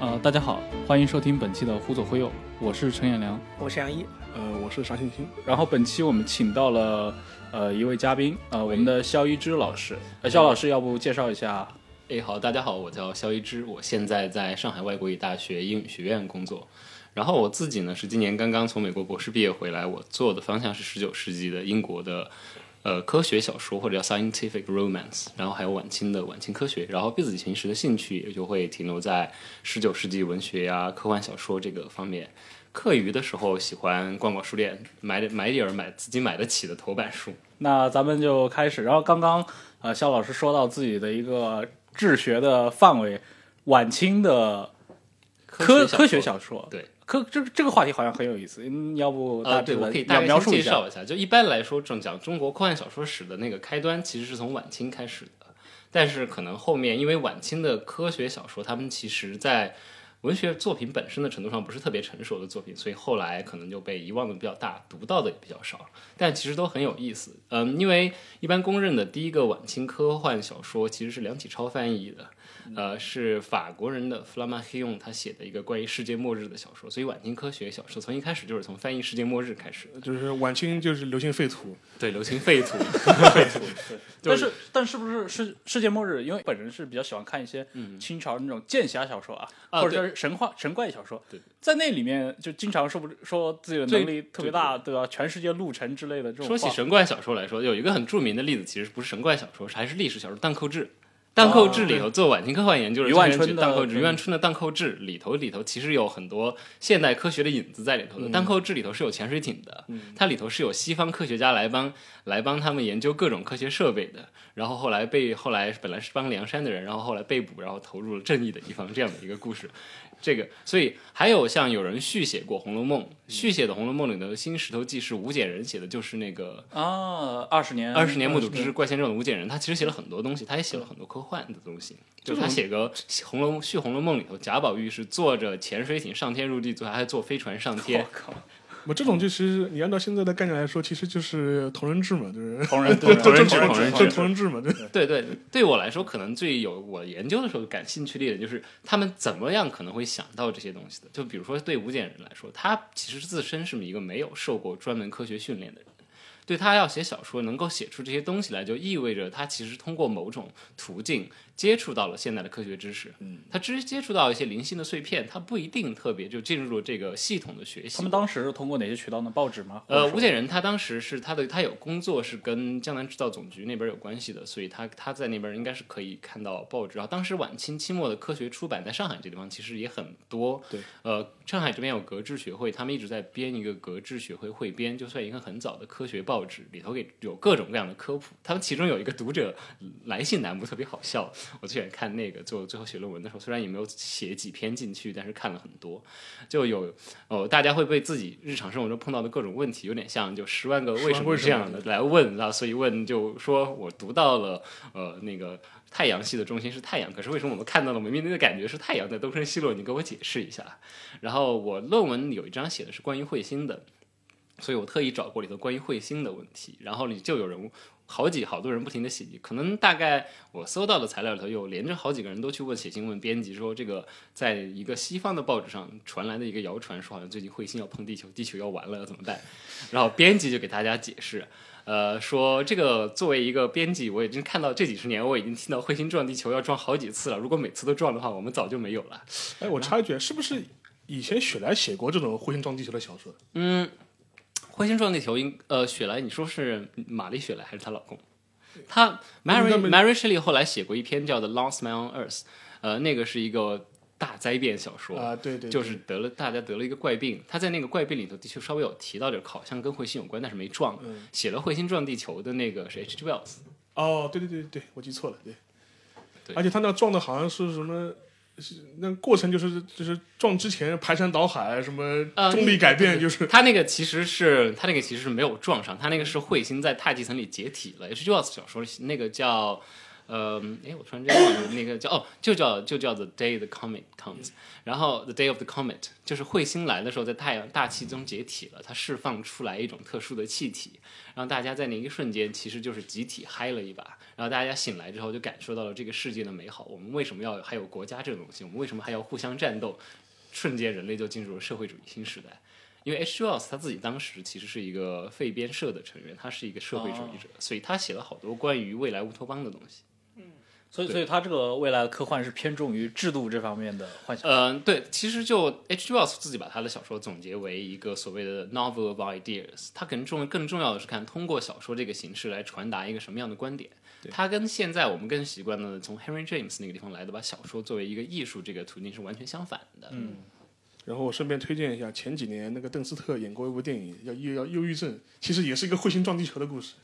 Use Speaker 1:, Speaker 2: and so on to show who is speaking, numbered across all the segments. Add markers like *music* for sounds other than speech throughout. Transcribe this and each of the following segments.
Speaker 1: 呃，大家好，欢迎收听本期的《忽左忽右》，我是陈彦良。
Speaker 2: 我是杨一，
Speaker 3: 呃，我是沙欣欣，
Speaker 1: 然后本期我们请到了呃一位嘉宾，呃，我们的肖一之老师。呃，肖老师，要不介绍一下？
Speaker 4: 哎，好，大家好，我叫肖一之，我现在在上海外国语大学英语学院工作。然后我自己呢是今年刚刚从美国博士毕业回来，我做的方向是十九世纪的英国的呃科学小说或者叫 scientific romance，然后还有晚清的晚清科学。然后贝子己平时的兴趣也就会停留在十九世纪文学呀、科幻小说这个方面。课余的时候喜欢逛逛书店，买点买点儿买自己买得起的头版书。
Speaker 1: 那咱们就开始。然后刚刚呃，肖老师说到自己的一个治学的范围，晚清的科科学
Speaker 4: 小
Speaker 1: 小说。
Speaker 4: 对，
Speaker 1: 科这个这个话题好像很有意思，嗯，要不大
Speaker 4: 啊，
Speaker 1: 致
Speaker 4: 对，
Speaker 1: 的
Speaker 4: 我可以
Speaker 1: 描
Speaker 4: 大
Speaker 1: 描
Speaker 4: 概
Speaker 1: 述
Speaker 4: 先
Speaker 1: 一
Speaker 4: 介
Speaker 1: 下。
Speaker 4: 绍一下。就一般来说，正讲中国科幻小说史的那个开端，其实是从晚清开始的。但是可能后面，因为晚清的科学小说，他们其实在文学作品本身的程度上不是特别成熟的作品，所以后来可能就被遗忘的比较大，读到的也比较少。但其实都很有意思。嗯，因为一般公认的第一个晚清科幻小说其实是梁启超翻译的，呃，是法国人的弗拉马黑用他写的一个关于世界末日的小说，所以晚清科学小说从一开始就是从翻译世界末日开始的。
Speaker 3: 就是晚清就是流行废土，
Speaker 4: 对，流行废土，
Speaker 1: 但是但是不是世世界末日？因为本人是比较喜欢看一些清朝那种剑侠小说啊，
Speaker 4: 嗯啊
Speaker 1: 或者是神话神怪小说
Speaker 4: 对，
Speaker 1: 在那里面就经常说不说自己的
Speaker 4: 最
Speaker 1: 能力特别大，对吧？全世界路程之类的这种话。
Speaker 4: 说起神怪小说来说，有一个很著名的例子，其实不是神怪小说，还是历史小说《荡寇志》。《荡寇志》
Speaker 3: 哦
Speaker 4: 里头做晚清科幻研究的
Speaker 1: 余万
Speaker 4: 这
Speaker 1: 春
Speaker 4: 篇
Speaker 1: 的
Speaker 4: 《荡寇志》，
Speaker 1: 对
Speaker 4: 余万春的《荡寇志》里头里头其实有很多现代科学的影子在里头的。《荡寇志》里头是有潜水艇的，它里头是有西方科学家来帮来帮他们研究各种科学设备的。然后后来被后来本来是帮梁山的人，然后后来被捕，然后投入了正义的一方，这样的一个故事。这个，所以还有像有人续写过《红楼梦》，续写的《红楼梦》里头的新石头记是吴简人写的，就是那个
Speaker 1: 啊，二十年
Speaker 4: 二十年目睹之
Speaker 1: 20
Speaker 4: 怪先生的吴简人，他其实写了很多东西，他也写了很多科幻的东西。就是他写个《红楼续红楼梦》里头，贾宝玉是坐着潜水艇上天入地，最后还坐飞船上天
Speaker 1: 我。 *laughs* 靠，
Speaker 3: *laughs* 我这种就其实你按照现在的概念来说，其实就是同人志嘛，就是
Speaker 1: 同人
Speaker 4: 对 *laughs* 同人志
Speaker 3: *laughs* 就
Speaker 4: 同人
Speaker 3: 就
Speaker 4: 志
Speaker 3: 同人志嘛，对。
Speaker 4: 对对，对我来说，可能最有我研究的时候感兴趣的一点就是他们怎么样可能会想到这些东西的。就比如说对吴简人来说，他其实自身是一个没有受过专门科学训练的人，对他要写小说能够写出这些东西来，就意味着他其实通过某种途径接触到了现代的科学知识。嗯，他只是接触到一些零星的碎片，他不一定特别就进入了这个系统的学习。
Speaker 1: 他们当时是通过哪些渠道呢？报纸吗？
Speaker 4: 呃，
Speaker 1: 或者
Speaker 4: 吴
Speaker 1: 说
Speaker 4: 建仁他当时是他的，他有工作是跟江南制造总局那边有关系的，所以他他在那边应该是可以看到报纸。然后当时晚清清末的科学出版在上海这地方其实也很多，
Speaker 3: 对，
Speaker 4: 呃，上海这边有格致学会，他们一直在编一个格致学会汇编，就算一个很早的科学报纸，里头给有各种各样的科普。他们其中有一个读者来信栏目特别好笑，我最喜欢看那个，就最后写论文的时候，虽然也没有写几篇进去，但是看了很多，就有哦，大家会被自己日常生活中碰到的各种问题，有点像就十万个为什么这样的来问啊，所以问就说我读到了呃那个太阳系的中心是太阳，可是为什么我们看到了我们面对的感觉是太阳在东升西落？你给我解释一下。然后我论文有一章写的是关于彗星的，所以我特意找过里头关于彗星的问题，然后里就有人。好几好多人不停的写，可能大概我搜到的材料里头有连着好几个人都去问写信问编辑说这个在一个西方的报纸上传来的一个谣传，说好像最近彗星要碰地球，地球要完了，要怎么办？然后编辑就给大家解释，呃，说这个作为一个编辑，我已经看到这几十年，我已经听到彗星撞地球要撞好几次了。如果每次都撞的话，我们早就没有了。
Speaker 3: 哎，我插一句，是不是以前雪莱写过这种彗星撞地球的小说？
Speaker 4: 嗯，彗星撞地球应呃，雪莱，你说是玛丽雪莱还是她老公？她 Mary
Speaker 3: 那么
Speaker 4: Mary Shelley 后来写过一篇叫《The Long Smile on Earth》，呃，那个是一个大灾变小说
Speaker 3: 啊，对对，对
Speaker 4: 就是得了大家得了一个怪病，他在那个怪病里头的确稍微有提到，就是好像跟彗星有关，但是没撞。
Speaker 3: 嗯
Speaker 4: 写了《彗星撞地球》的那个是 H.G. Wells，
Speaker 3: 哦，对对对对，我记错了，对。
Speaker 4: 对
Speaker 3: 而且他那撞的好像是什么？是那过程就是就是撞之前排山倒海，什么
Speaker 4: 呃
Speaker 3: 重力改变，就是
Speaker 4: 他那个其实是他那个其实是没有撞上，他那个是彗星在大气层里解体了。H.G. Wells 小说那个叫。呃，哎，我突然之间忘了那个叫哦，就叫就叫 The Day the Comet Comes，然后 The Day of the Comet 就是彗星来的时候，在太阳大气中解体了，它释放出来一种特殊的气体，让大家在那一瞬间其实就是集体嗨了一把，然后大家醒来之后就感受到了这个世界的美好。我们为什么要还有国家这种东西？我们为什么还要互相战斗？瞬间人类就进入了社会主义新时代。因为 H. Wells 他自己当时其实是一个废编社的成员，他是一个社会主义者，所以他写了好多关于未来乌托邦的东西。
Speaker 1: 所以所以他这个未来的科幻是偏重于制度这方面的幻想。
Speaker 4: 嗯，对，其实就 H. Wells 自己把他的小说总结为一个所谓的 novel of ideas，他可能重更重要的是看通过小说这个形式来传达一个什么样的观点。他跟现在我们更习惯的从 Henry James 那个地方来的，把小说作为一个艺术这个途径是完全相反的。嗯，
Speaker 3: 然后我顺便推荐一下，前几年那个邓斯特演过一部电影叫《又要忧郁症》，其实也是一个彗星撞地球的故事，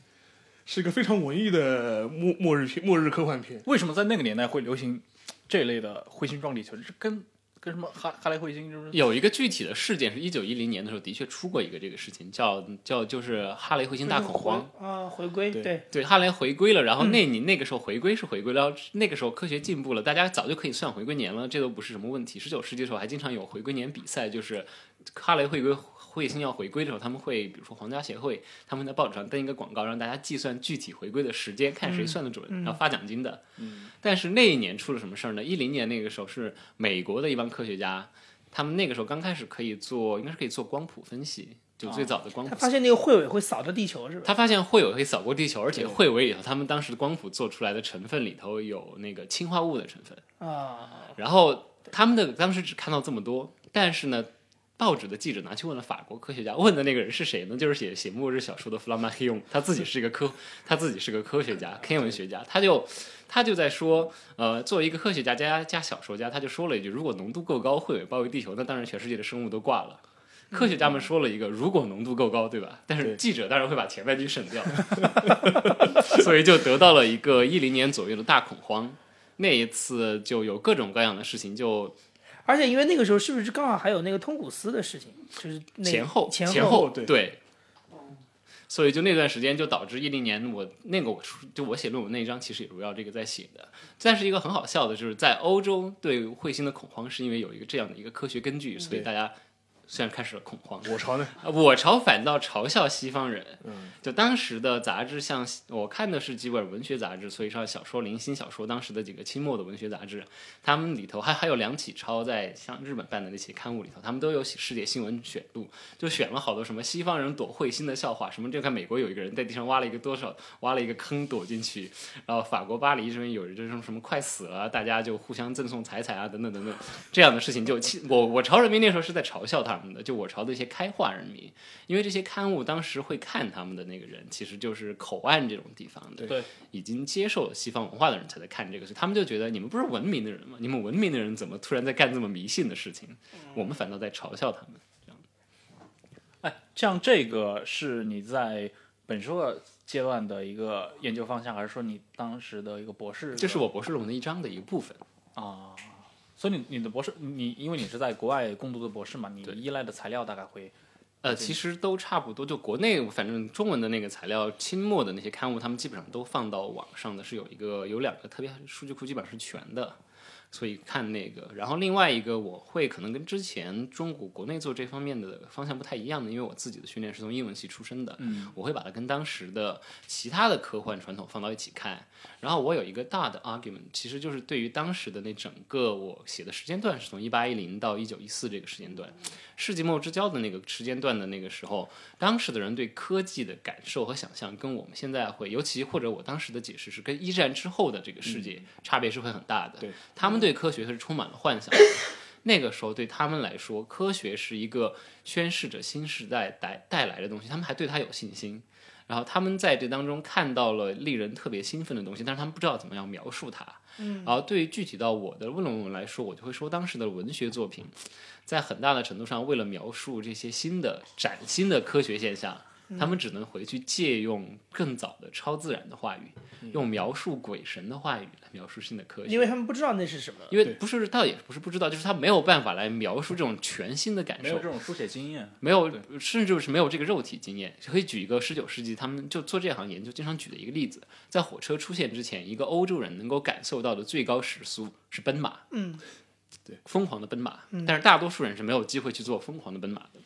Speaker 3: 是一个非常文艺的末末日片、末日科幻片。
Speaker 1: 为什么在那个年代会流行这类的彗星撞地球？这跟跟什么哈哈雷彗星是不是？
Speaker 4: 有一个具体的事件是一九一零年的时候，的确出过一个这个事情，叫叫就是哈雷彗星大恐慌。
Speaker 2: 啊，回归
Speaker 3: 对
Speaker 2: 对，
Speaker 4: 对，哈雷回归了，然后那你那个时候回归是回归了，那个时候科学进步了，大家早就可以算回归年了，这都不是什么问题。十九世纪的时候还经常有回归年比赛，就是哈雷回归彗星要回归的时候，他们会比如说皇家协会，他们在报纸上登一个广告，让大家计算具体回归的时间，看谁算得准，然后发奖金的。但是那一年出了什么事儿呢？一零年那个时候是美国的一帮科学家，他们那个时候刚开始可以做，应该是可以做光谱分析，就最早的光谱
Speaker 2: 他发现那个彗尾会扫到地球是吧？
Speaker 4: 他发现彗尾会扫过地球，而且彗尾里头，他们当时的光谱做出来的成分里头有那个氰化物的成分。
Speaker 2: 啊，
Speaker 4: 然后他们的当时只看到这么多，但是呢，报纸的记者拿去问了法国科学家，问的那个人是谁呢？就是写写末日小说的弗拉马黑用，他自己是一个科，他自己是个科学家，天文学家，他就他就在说，呃，作为一个科学家加加小说家，他就说了一句：如果浓度够高，会尾包围地球，那当然全世界的生物都挂了。科学家们说了一个，如果浓度够高，对吧？但是
Speaker 3: 对
Speaker 4: 记者当然会把前半句省掉， *laughs* 所以就得到了一个一零年左右的大恐慌。那一次就有各种各样的事情，就
Speaker 2: 而且因为那个时候是不是刚好还有那个通古斯的事情，就是那
Speaker 4: 前后
Speaker 2: 前
Speaker 4: 前
Speaker 2: 后
Speaker 3: 对
Speaker 4: 所以就那段时间就导致一零年我那个我出就我写论文那一章其实也围绕这个在写的。但是一个很好笑的就是在欧洲对彗星的恐慌是因为有一个这样的一个科学根据，所以大家虽然开始了恐慌，
Speaker 1: *laughs*
Speaker 3: 我朝呢，
Speaker 4: 啊我朝反倒嘲笑西方人。就当时的杂志像，我看的是几本文学杂志，所以说小说、零星小说，当时的几个清末的文学杂志，他们里头还还有梁启超在像日本办的那些刊物里头，他们都有写世界新闻选录，就选了好多什么西方人躲彗星的笑话，什么就看美国有一个人在地上挖了一个多少挖了一个坑躲进去，然后法国巴黎这边有人就说什么快死了啊，大家就互相赠送彩彩啊等等等等这样的事情就，其我我朝人民那时候是在嘲笑他们的，就我朝的一些开化人民，因为这些刊物当时会看他们的那个人，其实就是口岸这种地方的，
Speaker 1: 对，
Speaker 4: 已经接受了西方文化的人才在看这个，所以他们就觉得你们不是文明的人吗？你们文明的人怎么突然在干这么迷信的事情？我们反倒在嘲笑他们。
Speaker 1: 哎，像这个是你在本硕阶段的一个研究方向，还是说你当时的一个博士？
Speaker 4: 这是我博士论文的一章的一个部分。
Speaker 1: 啊。所以你你的博士，你因为你是在国外攻读的博士嘛，你依赖的材料大概会
Speaker 4: 呃，其实都差不多，就国内反正中文的那个材料，清末的那些刊物，他们基本上都放到网上的，是有一个有两个特别数据库基本上是全的，所以看那个。然后另外一个我会可能跟之前中国国内做这方面的方向不太一样的，因为我自己的训练是从英文系出身的，我会把它跟当时的其他的科幻传统放到一起看。然后我有一个大的 argument，其实就是对于当时的那整个我写的时间段是从一八一零到一九一四这个时间段。世纪末之交的那个时间段的那个时候，当时的人对科技的感受和想象，跟我们现在会，尤其或者我当时的解释是跟一战之后的这个世界差别是会很大的。
Speaker 3: 对，
Speaker 4: 他们对科学是充满了幻想。那个时候对他们来说，科学是一个宣示着新时代带带来的东西，他们还对它有信心。然后他们在这当中看到了令人特别兴奋的东西，但是他们不知道怎么样描述它。嗯，然后对于具体到我的论文来说，我就会说当时的文学作品，在很大的程度上为了描述这些新的崭新的科学现象，他们只能回去借用更早的超自然的话语，用描述鬼神的话语来描述新的科学。
Speaker 2: 因为他们不知道那是什么。
Speaker 4: 因为不是，倒也不是不知道，就是他没有办法来描述这种全新的感
Speaker 1: 没
Speaker 4: 受
Speaker 1: 有这，种书写经验。
Speaker 4: 没有，甚至是没有这个肉体经验。可以举一个十九世纪他们就做这行研究经常举的一个例子，在火车出现之前，一个欧洲人能够感受到的最高时速是奔马，
Speaker 2: 嗯，
Speaker 4: 对，疯狂的奔马，但是大多数人是没有机会去做疯狂的奔马的。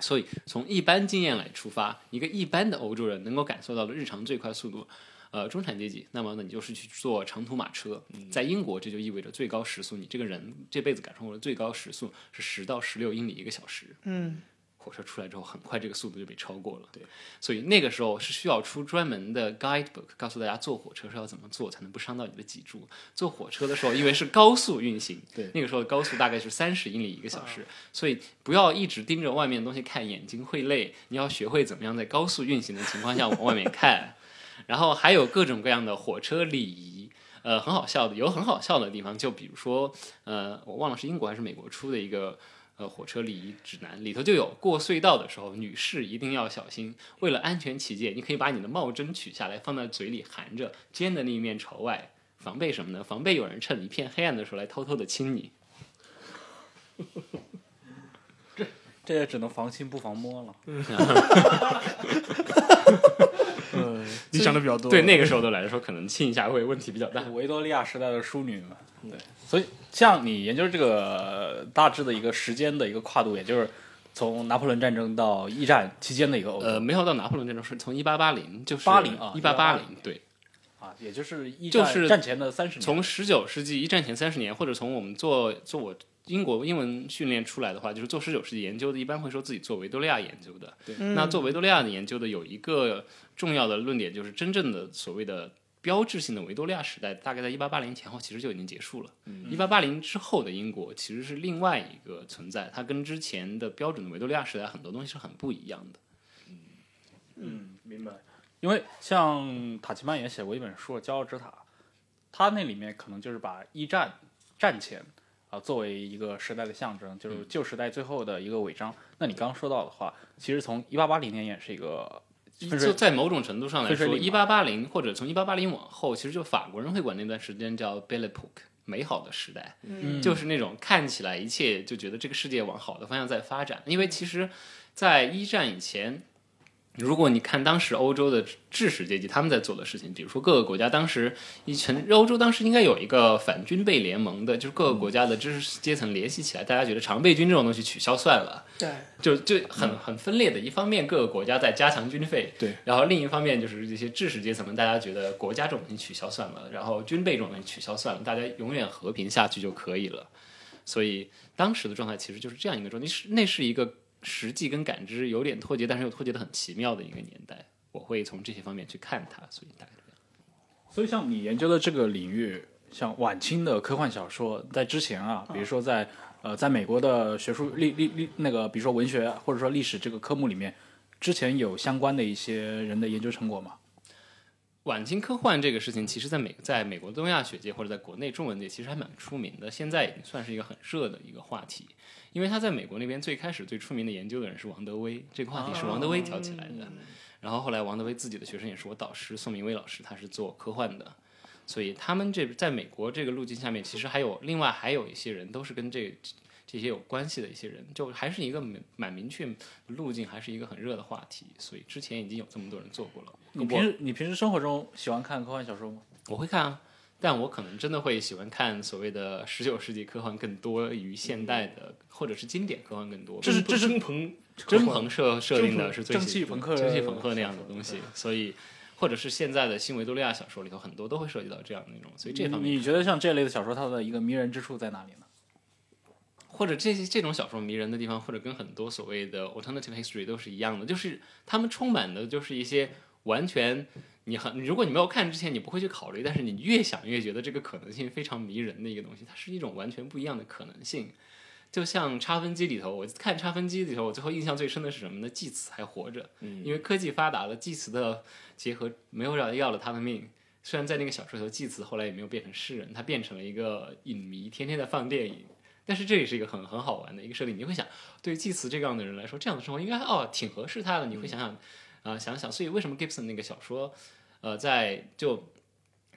Speaker 4: 所以从一般经验来出发，一个一般的欧洲人能够感受到的日常最快速度，呃中产阶级，那么呢你就是去坐长途马车。在英国，这就意味着最高时速，你这个人这辈子赶上过的最高时速是十到十六英里一个小时。
Speaker 2: 嗯，
Speaker 4: 火车出来之后，很快这个速度就被超过了。对，所以那个时候是需要出专门的 guidebook，告诉大家坐火车是要怎么坐才能不伤到你的脊柱。坐火车的时候，因为是高速运行，
Speaker 3: 对，
Speaker 4: 那个时候高速大概是三十英里一个小时，所以不要一直盯着外面的东西看，眼睛会累。你要学会怎么样在高速运行的情况下往外面看， *laughs* 然后还有各种各样的火车礼仪。呃，很好笑的，有很好笑的地方，就比如说，呃，我忘了是英国还是美国出的一个呃火车礼仪指南，里头就有过隧道的时候，女士一定要小心。为了安全起见，你可以把你的帽针取下来，放在嘴里含着，尖的那一面朝外，防备什么呢？防备有人趁一片黑暗的时候来偷偷的亲你。
Speaker 1: 这也只能防亲不防摸了。
Speaker 3: 嗯，你想的比较多。
Speaker 4: 对那个时候的来说，可能亲一下会问题比较大。
Speaker 1: 维多利亚时代的淑女嘛，对，所以像你研究这个呃大致的一个时间的一个跨度，也就是从拿破仑战争到一战期间的一个欧洲、
Speaker 4: 呃，没有到拿破仑这种事，从一八八零就是
Speaker 1: 80啊
Speaker 4: 一八八零，对，
Speaker 1: 啊，也就是一
Speaker 4: 就
Speaker 1: 战、
Speaker 4: 是
Speaker 1: 战前的三十年，
Speaker 4: 从十九世纪一战前三十年，或者从我们做做我英国英文训练出来的话，就是做十九世纪研究的，一般会说自己做维多利亚研究的。
Speaker 2: 嗯
Speaker 4: 那做维多利亚的研究的有一个重要的论点，就是真正的所谓的标志性的维多利亚时代，大概在一八八零前后其实就已经结束了。
Speaker 1: 嗯
Speaker 4: 一八八零之后的英国其实是另外一个存在，它跟之前的标准的维多利亚时代很多东西是很不一样的。
Speaker 1: 嗯，明白。因为像塔奇曼也写过一本书《骄傲之塔》，他那里面可能就是把一战战前啊作为一个时代的象征，就是旧时代最后的一个尾章。那你刚刚说到的话，其实从一八八零年也是一个分
Speaker 4: 就
Speaker 1: 水
Speaker 4: 在某种程度上来
Speaker 1: 分水
Speaker 4: 说，一
Speaker 1: 岭
Speaker 4: 八八零或者从一八八零往后，其实就法国人会管那段时间叫 Belle Epoque，美好的时代，
Speaker 1: 嗯
Speaker 4: 就是那种看起来一切就觉得这个世界往好的方向在发展。因为其实，在一战以前，如果你看当时欧洲的知识阶级他们在做的事情，比如说各个国家当时以前欧洲当时应该有一个反军备联盟的，就是各个国家的知识阶层联系起来，大家觉得常备军这种东西取消算了。
Speaker 2: 对，
Speaker 4: 就就很很分裂的。一方面，各个国家在加强军费，
Speaker 3: 对；
Speaker 4: 然后另一方面，就是这些知识阶层们，大家觉得国家这种东西取消算了，然后军备这种东西取消算了，大家永远和平下去就可以了。所以当时的状态其实就是这样一个状态，是那是一个实际跟感知有点脱节，但是又脱节的很奇妙的一个年代。我会从这些方面去看它，所以大概这样。
Speaker 1: 所以，像你研究的这个领域，像晚清的科幻小说，在之前啊，比如说在呃，在美国的学术历历历那个，比如说文学或者说历史这个科目里面，之前有相关的一些人的研究成果吗？
Speaker 4: 晚清科幻这个事情，其实在美在美国东亚学界或者在国内中文界，其实还蛮出名的，现在已经算是一个很热的一个话题。因为他在美国那边最开始最出名的研究的人是王德威，这个话题是王德威挑起来的。然后后来王德威自己的学生也是我导师宋明威老师，他是做科幻的，所以他们这在美国这个路径下面，其实还有另外还有一些人都是跟这这些有关系的一些人，就还是一个蛮蛮明确的路径，还是一个很热的话题。所以之前已经有这么多人做过了。
Speaker 1: 你
Speaker 4: 我
Speaker 1: 平时你平时生活中喜欢看科幻小说吗？
Speaker 4: 我会看啊，但我可能真的会喜欢看所谓的十九世纪科幻更多于现代的，或者是经典科幻更多。
Speaker 1: 这是这是
Speaker 3: 真鹏，
Speaker 4: 真朋设设定的
Speaker 3: 蒸
Speaker 4: 是最
Speaker 1: 蒸
Speaker 4: 喜
Speaker 1: 汽朋克
Speaker 4: 蒸汽朋克那样的东西，所以或者是现在的新维多利亚小说里头很多都会涉及到这样的内容，所以这方面
Speaker 1: 你觉得像这类的小说，它的一个迷人之处在哪里呢？
Speaker 4: 或者这些这种小说迷人的地方，或者跟很多所谓的 alternative history 都是一样的，就是他们充满的就是一些完全你很，如果你没有看之前，你不会去考虑，但是你越想越觉得这个可能性非常迷人的一个东西，它是一种完全不一样的可能性。就像差分机里头，我看差分机里头，我最后印象最深的是什么呢？济慈还活着，因为科技发达了，济慈的结合没有要要了他的命。虽然在那个小说里头，济慈后来也没有变成诗人，他变成了一个影迷，天天在放电影。但是这也是一个很很好玩的一个设定，你会想，对于祭祀这样的人来说，这样的生活应该哦挺合适他的。你
Speaker 1: 嗯
Speaker 4: 会想想，啊、想想，所以为什么 Gibson 那个小说，呃，在就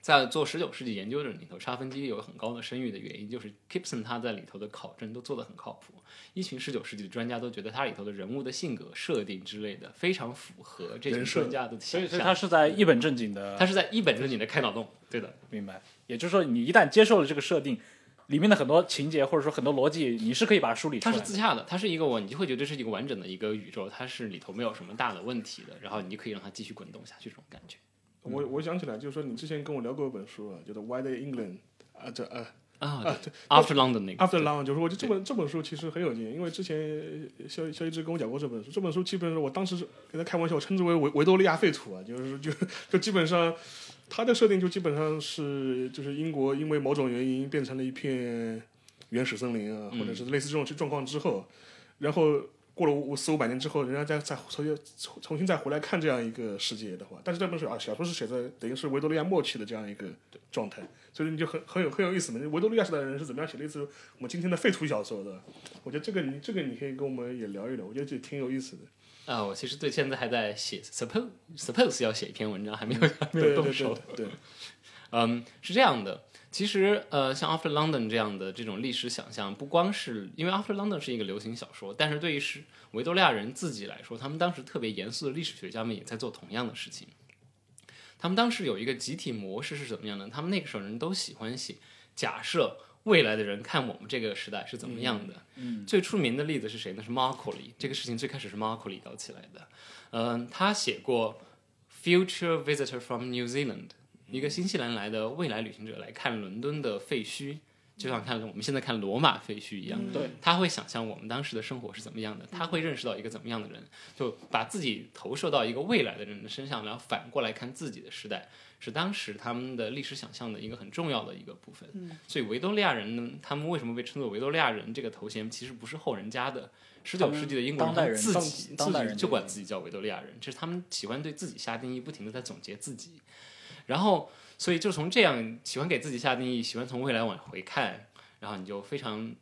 Speaker 4: 在做十九世纪研究的人里头，差分机有很高的声誉的原因，就是 Gibson 他在里头的考证都做得很靠谱，一群十九世纪的专家都觉得他里头的人物的性格设定之类的非常符合这群
Speaker 3: 人设
Speaker 4: 专家的
Speaker 1: 所
Speaker 4: 想
Speaker 1: 以，所以
Speaker 4: 象。
Speaker 1: 它是在一本正经的，
Speaker 4: 他是在一本正经的开脑洞，对的。
Speaker 1: 明白。也就是说，你一旦接受了这个设定，里面的很多情节或者说很多逻辑，你是可以把它梳理出
Speaker 4: 它
Speaker 1: 来
Speaker 4: 是
Speaker 1: 的。
Speaker 4: 自洽的，它是一个我，你就会觉得这是一个完整的一个宇宙，它是里头没有什么大的问题的，然后你就可以让它继续滚动下去，这种感觉。
Speaker 3: 我我想起来，就是说你之前跟我聊过一本书啊，叫做《Why the England》啊，这呃
Speaker 4: 啊
Speaker 3: 啊
Speaker 4: 对，After London 那个
Speaker 3: After Long，就是我就这本这本书其实很有劲，因为之前呃肖肖一之跟我讲过这本书，这本书基本上我当时是跟他开玩笑称之为维维多利亚废土啊，就是就就基本上它的设定就基本上是就是英国因为某种原因变成了一片原始森林啊，
Speaker 4: 嗯
Speaker 3: 或者是类似这种状况之后，然后过了五四五百年之后，人家再再重新重新再回来看这样一个世界的话，但是这本书啊小说是写在等于是维多利亚末期的这样一个状态，所以你就很很有很有意思嘛，维多利亚时代的人是怎么样写类似我们今天的废土小说的？我觉得这个你这个你可以跟我们也聊一聊，我觉得这挺有意思的。
Speaker 4: 啊，我其实对现在还在写，suppose suppose 要写一篇文章，还没有还没
Speaker 3: 对
Speaker 4: 有
Speaker 3: 对
Speaker 4: 动
Speaker 3: 对
Speaker 4: 手。
Speaker 3: 对，
Speaker 4: 嗯，是这样的。其实，呃，像《After London》这样的这种历史想象，不光是因为《After London》是一个流行小说，但是对于是维多利亚人自己来说，他们当时特别严肃的历史学家们也在做同样的事情。他们当时有一个集体模式是怎么样的？他们那个时候人都喜欢写假设未来的人看我们这个时代是怎么样的。嗯，最出名的例子是谁呢？是 Marcoli。这个事情最开始是 Marcoli 搞起来的。嗯、他写过《Future Visitor from New Zealand》。一个新西兰来的未来旅行者来看伦敦的废墟，就像看我们现在看罗马废墟一样，
Speaker 1: 对，
Speaker 4: 他会想象我们当时的生活是怎么样的，他会认识到一个怎么样的人，就把自己投射到一个未来的人的身上，然后反过来看自己的时代，是当时他们的历史想象的一个很重要的一个部分。所以维多利亚人呢，他们为什么被称作维多利亚人这个头衔，其实不是后人加的。十
Speaker 1: 他
Speaker 4: 九
Speaker 1: 们
Speaker 4: 世纪的英国
Speaker 1: 当代人
Speaker 4: 自
Speaker 1: 当
Speaker 4: 己
Speaker 1: 当代
Speaker 4: 自
Speaker 1: 人
Speaker 4: 己
Speaker 1: 就
Speaker 4: 就管
Speaker 1: 是
Speaker 4: 自己叫维多利亚人，这是他们喜欢对自己下定义，不停的在总结自己。然后，所以就从这样喜欢给自己下定义，喜欢从未来往回看，然后你就非常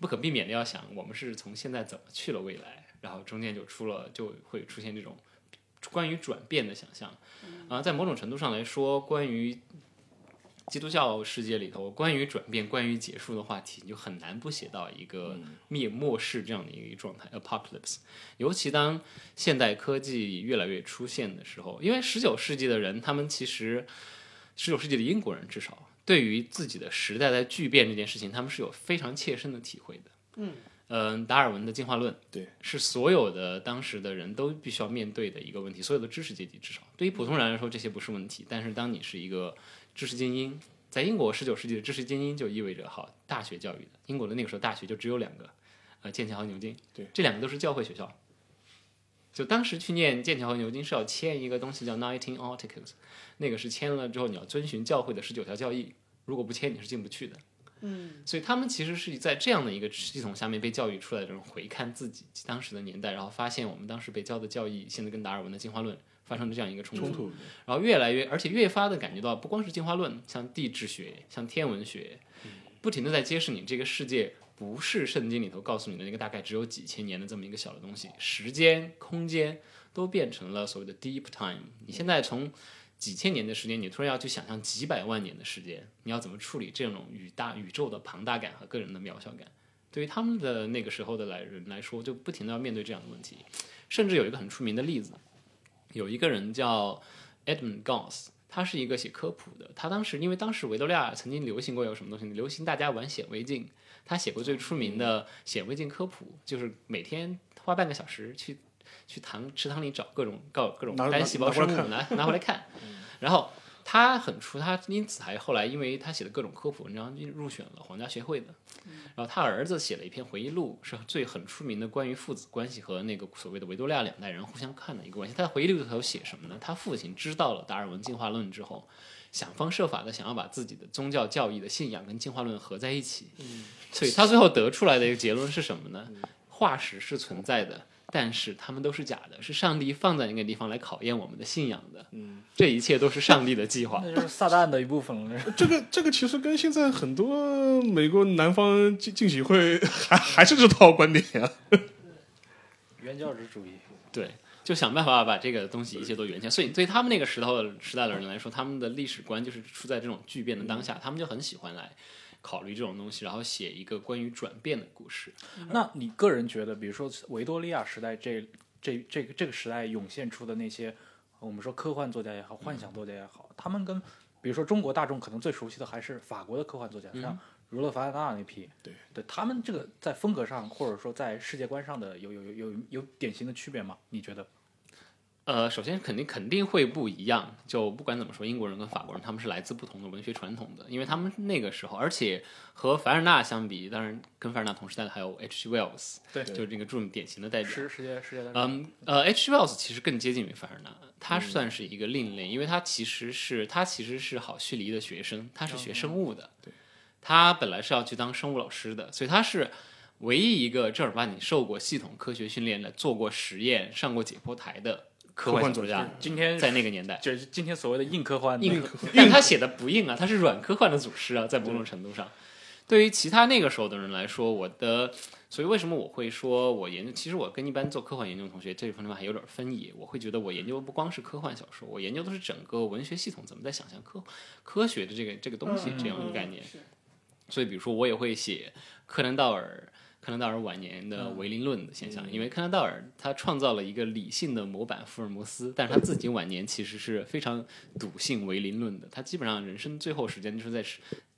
Speaker 4: 不可避免的要想，我们是从现在怎么去了未来，然后中间就出了就会出现这种关于转变的想象啊、在某种程度上来说，关于基督教世界里头关于转变、关于结束的话题，你就很难不写到一个灭末世这样的一个状态 （apocalypse）。尤其当现代科技越来越出现的时候，因为十九世纪的人，他们其实十九世纪的英国人至少对于自己的时代在巨变这件事情，他们是有非常切身的体会的。嗯、达尔文的进化论，
Speaker 3: 对，
Speaker 4: 是所有的当时的人都必须要面对的一个问题，所有的知识阶级至少对于普通人来说这些不是问题，但是当你是一个知识精英，在英国十九世纪的知识精英就意味着好大学教育的，英国的那个时候大学就只有两个，呃，剑桥和牛津，
Speaker 3: 对，
Speaker 4: 这两个都是教会学校。就当时去念剑桥和牛津是要签一个东西叫 Nineteen Articles，那个是签了之后你要遵循教会的十九条教义，如果不签你是进不去的。所以他们其实是在这样的一个系统下面被教育出来的人，回看自己当时的年代，然后发现我们当时被教的教义，现在跟达尔文的进化论发生了这样一个冲突，
Speaker 3: 冲突
Speaker 4: 然后越来越，而且越发的感觉到，不光是进化论，像地质学、像天文学，
Speaker 3: 嗯
Speaker 4: 不停的在揭示你这个世界不是圣经里头告诉你的那个大概只有几千年的这么一个小的东西，时间、空间都变成了所谓的 deep time。你现在从几千年的时间，你突然要去想象几百万年的时间，你要怎么处理这种与大宇宙的庞大感和个人的渺小感？对于他们的那个时候的来人来说，就不停的要面对这样的问题，甚至有一个很出名的例子，有一个人叫 Edmund Goss，他是一个写科普的，他当时因为当时维多利亚曾经流行过有什么东西呢，流行大家玩显微镜，他写过最出名的显微镜科普，就是每天花半个小时去去堂池塘里找各种各各种
Speaker 3: 拿
Speaker 4: 单细胞
Speaker 3: 拿
Speaker 4: 生
Speaker 3: 拿
Speaker 4: 物
Speaker 3: 过来看
Speaker 4: 拿
Speaker 3: 嗯
Speaker 4: 拿回来
Speaker 3: *laughs*
Speaker 4: 看，然后他很出，他因此还后来因为他写的各种科普文章入选了皇家学会的。然后他儿子写了一篇回忆录，是最很出名的关于父子关系和那个所谓的维多利亚两代人互相看的一个关系。他的回忆录里头写什么呢？他父亲知道了达尔文进化论之后，想方设法的想要把自己的宗教教义的信仰跟进化论合在一起。所以他最后得出来的一个结论是什么呢？化石是存在的。但是他们都是假的，是上帝放在那个地方来考验我们的信仰的。嗯，这一切都是上帝的计划。
Speaker 1: 那就是撒旦的一部分了。
Speaker 3: 这个这个其实跟现在很多美国南方进进喜会 *laughs* 还还是这套观点啊。
Speaker 1: 原教旨主义，
Speaker 4: 对，就想办法把这个东西一切都圆起来。所以对他们那个时候时代的人来说，他们的历史观就是处在这种巨变的当下，他们就很喜欢来考虑这种东西，然后写一个关于转变的故事。
Speaker 1: 那你个人觉得，比如说维多利亚时代这这这个这个时代涌现出的那些，我们说科幻作家也好，幻想作家也好，他们跟比如说中国大众可能最熟悉的还是法国的科幻作家，像儒勒·凡达那批，
Speaker 3: 对
Speaker 1: 嗯对，他们这个在风格上或者说在世界观上的有有有有有典型的区别吗？你觉得？
Speaker 4: 呃，首先肯定肯定会不一样，就不管怎么说，英国人跟法国人他们是来自不同的文学传统的，因为他们那个时候，而且和凡尔纳相比，当然跟凡尔纳同时代的还有 H. G. Wells，
Speaker 1: 对
Speaker 4: 就是这个著名典型的代表。
Speaker 1: 世世界世界的
Speaker 4: 嗯，呃，H. Wells 其实更接近于凡尔纳，他算是一个另类，因为他其实是他其实是郝旭黎的学生，他是学生物的，
Speaker 3: 对
Speaker 4: 他本来是要去当生物老师的，所以他是唯一一个正儿八经受过系统科学训练的、做过实验、上过解剖台的科
Speaker 3: 科
Speaker 4: 幻
Speaker 3: 幻
Speaker 4: 作
Speaker 3: 作
Speaker 4: 家
Speaker 3: 家，
Speaker 1: 今天
Speaker 4: 在那个年代。
Speaker 1: 就是今天所谓的硬科幻，
Speaker 4: 硬科，但他写的不硬啊，他是软科幻的祖师啊，在某种程度上，对于其他那个时候的人来说，我的，所以为什么我会说我研究，其实我跟一般做科幻研究的同学这一方面还有点分野，我会觉得我研究的不光是科幻小说，我研究的是整个文学系统怎么在想象科科学的这个这个东
Speaker 2: 嗯
Speaker 4: 西这样一个概
Speaker 5: 嗯
Speaker 4: 念。所以，比如说，我也会写柯南道尔。柯南道尔晚年的唯灵论的现象，因为柯南道尔他创造了一个理性的模板福尔摩斯，但是他自己晚年其实是非常笃信唯灵论的，他基本上人生最后时间就是在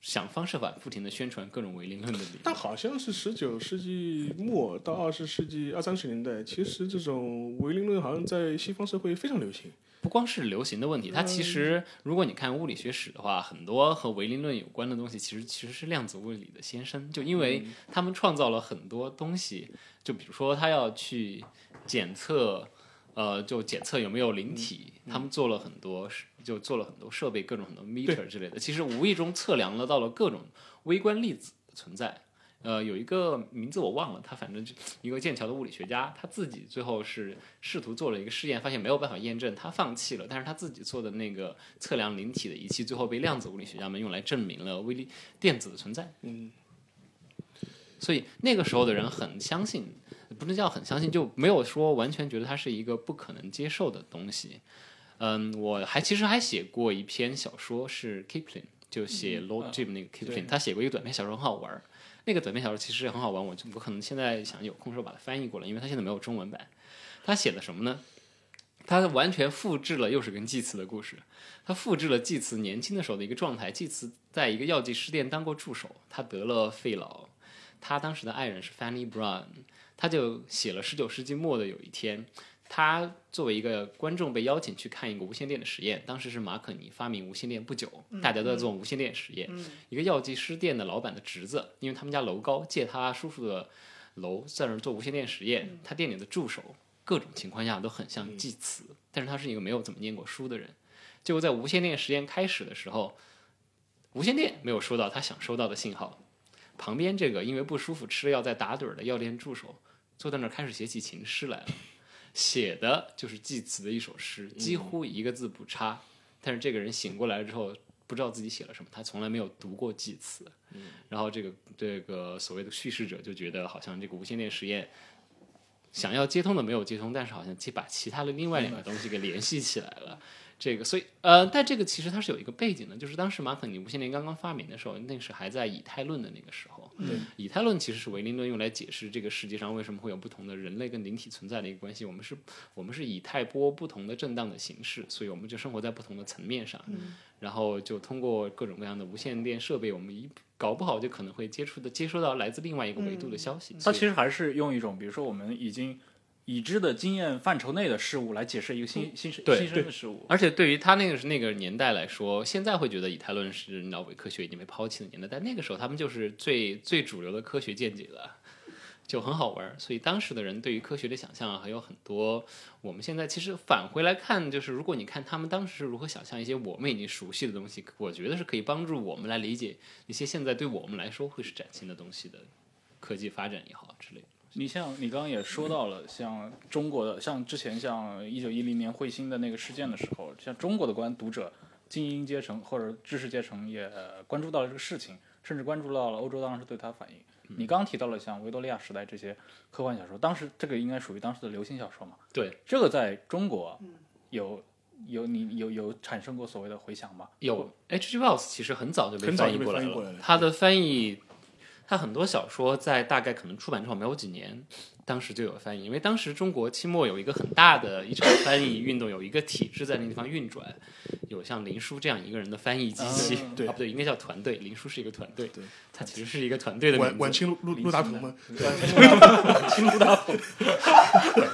Speaker 4: 想方设法不停的宣传各种唯灵论的理论。
Speaker 3: 但好像是十九世纪末到二十世纪二三十年代，其实这种唯灵论好像在西方社会非常流行。
Speaker 4: 不光是流行的问题，它其实如果你看物理学史的话，很多和唯灵论有关的东西，其实其实是量子物理的先声，就因为他们创造了很多东西，就比如说他要去检测，呃，就检测有没有灵体，他们做了很多是，就做了很多设备，各种很多 meter 之类的，其实无意中测量了到了各种微观粒子的存在。呃，有一个名字我忘了，他反正就一个剑桥的物理学家，他自己最后是试图做了一个试验，发现没有办法验证，他放弃了。但是他自己做的那个测量灵体的仪器，最后被量子物理学家们用来证明了微粒电子的存在。
Speaker 3: 嗯，
Speaker 4: 所以那个时候的人很相信，不能叫很相信，就没有说完全觉得它是一个不可能接受的东西。嗯，我还其实还写过一篇小说，是 Kipling，就写 Lord Jim 那个 Kipling，、他写过一个短篇小说，很好玩儿。那个短篇小说其实也很好玩，我就我可能现在想有空的时候把它翻译过来，因为它现在没有中文版。他写的什么呢？他完全复制了又是跟祭祀的故事，他复制了祭祀年轻的时候的一个状态。祭祀在一个药剂师店当过助手，他得了肺痨，他当时的爱人是 Fanny Brown，他就写了十九世纪末的有一天，他作为一个观众被邀请去看一个无线电的实验，当时是马可尼发明无线电不久，大家都在做无线电实验。一个药剂师店的老板的侄子，因为他们家楼高，借他叔叔的楼在那儿做无线电实验，他店里的助手各种情况下都很像祭词，但是他是一个没有怎么念过书的人。结果在无线电实验开始的时候，无线电没有收到他想收到的信号，旁边这个因为不舒服吃了药在打盹儿的药店助手坐在那儿开始写起情诗来了，写的就是济慈的一首诗，几乎一个字不差。但是这个人醒过来之后，不知道自己写了什么，他从来没有读过济慈。然后这个这个所谓的叙事者就觉得好像这个无线电实验。想要接通的没有接通，但是好像把其他的另外两个东西给联系起来了。这个，所以呃，但这个其实它是有一个背景的，就是当时马可尼无线电刚刚发明的时候，那是还在以太论的那个时候。以太论其实是唯灵论用来解释这个世界上为什么会有不同的人类跟灵体存在的一个关系。我们是，我们是以太波不同的震荡的形式，所以我们就生活在不同的层面上，然后就通过各种各样的无线电设备，我们一搞不好就可能会接触的接收到来自另外一个维度的消息。
Speaker 1: 它
Speaker 4: 所以
Speaker 1: 其实还是用一种，比如说我们已经已知的经验范畴内的事物来解释一个新新生
Speaker 4: 对
Speaker 1: 新生的事物。
Speaker 4: 而且对于他那个那个年代来说，现在会觉得以太论是你知道伪科学已经被抛弃的年代，但那个时候他们就是最最主流的科学见解了， *laughs* 就很好玩儿。所以当时的人对于科学的想象还有很多。我们现在其实返回来看，就是如果你看他们当时是如何想象一些我们已经熟悉的东西，我觉得是可以帮助我们来理解一些现在对我们来说会是崭新的东西的科技发展也好之类的。
Speaker 1: 你像你刚刚也说到了，像中国的，像之前像一九一零年彗星的那个事件的时候，像中国的观读者、精英阶层或者知识阶层也呃关注到了这个事情，甚至关注到了欧洲当时对它的反应。你刚刚提到了像维多利亚时代这些科幻小说，当时这个应该属于当时的流行小说嘛？
Speaker 4: 对，
Speaker 1: 这个在中国有有你有有产生过所谓的回响吗？
Speaker 4: 有 H.G. Wells 其实很早就被
Speaker 3: 很早
Speaker 4: 翻
Speaker 3: 就
Speaker 4: 译
Speaker 3: 被
Speaker 4: 过来
Speaker 3: 翻译过来
Speaker 4: 了
Speaker 3: 了，
Speaker 4: 他的翻译他很多小说在大概可能出版之后没有几年，当时就有翻译，因为当时中国清末有一个很大的一场翻译运动，有一个体制在那地方运转，有像林书这样一个人的翻译机器，
Speaker 1: 嗯
Speaker 3: 对
Speaker 4: 啊不对，应该叫团队，林书是一个团队，
Speaker 3: 对
Speaker 4: 他其实是一个团队的
Speaker 3: 晚
Speaker 4: 名
Speaker 3: 晚
Speaker 4: 字。
Speaker 3: 清陆陆陆大同嘛，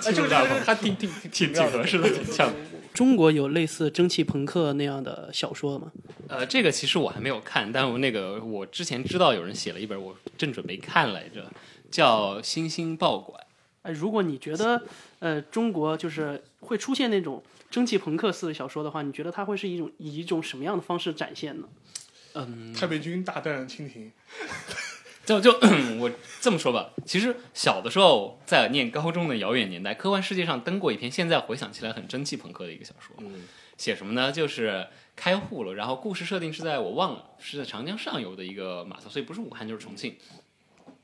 Speaker 1: 这个
Speaker 4: 他挺挺挺挺挺合适的，挺像的。
Speaker 5: 中国有类似蒸汽朋克那样的小说吗？
Speaker 4: 呃，这个其实我还没有看，但我那个我之前知道有人写了一本，我正准备看来着，叫《星星报馆》。
Speaker 5: 哎，如果你觉得呃中国就是会出现那种蒸汽朋克似的小说的话，你觉得它会是一种以一种什么样的方式展现呢？
Speaker 3: 太平军大战清廷，
Speaker 4: 就 *clears throat* 就我这么说吧，其实小的时候在念高中的遥远年代，科幻世界上登过一篇，现在回想起来很蒸汽朋克的一个小说。
Speaker 3: 嗯，
Speaker 4: 写什么呢？就是开户了，然后故事设定是在我忘了，是在长江上游的一个码头，所以不是武汉就是重庆。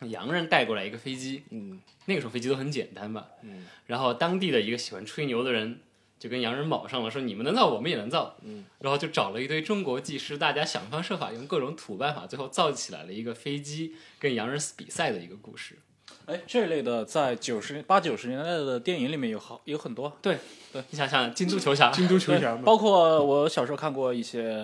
Speaker 4: 洋人带过来一个飞机，
Speaker 3: 嗯
Speaker 4: 那个时候飞机都很简单吧，
Speaker 3: 嗯，
Speaker 4: 然后当地的一个喜欢吹牛的人就跟洋人卯上了，说你们能造，我们也能造。
Speaker 3: 嗯，
Speaker 4: 然后就找了一堆中国技师，大家想方设法，用各种土办法，最后造起来了一个飞机跟洋人比赛的一个故事。
Speaker 1: *laughs* 哎，这类的在九十八九十年代的电影里面有好有很多，
Speaker 4: 你想想，金足球侠，
Speaker 3: 京都球
Speaker 1: 对
Speaker 3: 侠嘛，
Speaker 1: 包括我小时候看过一些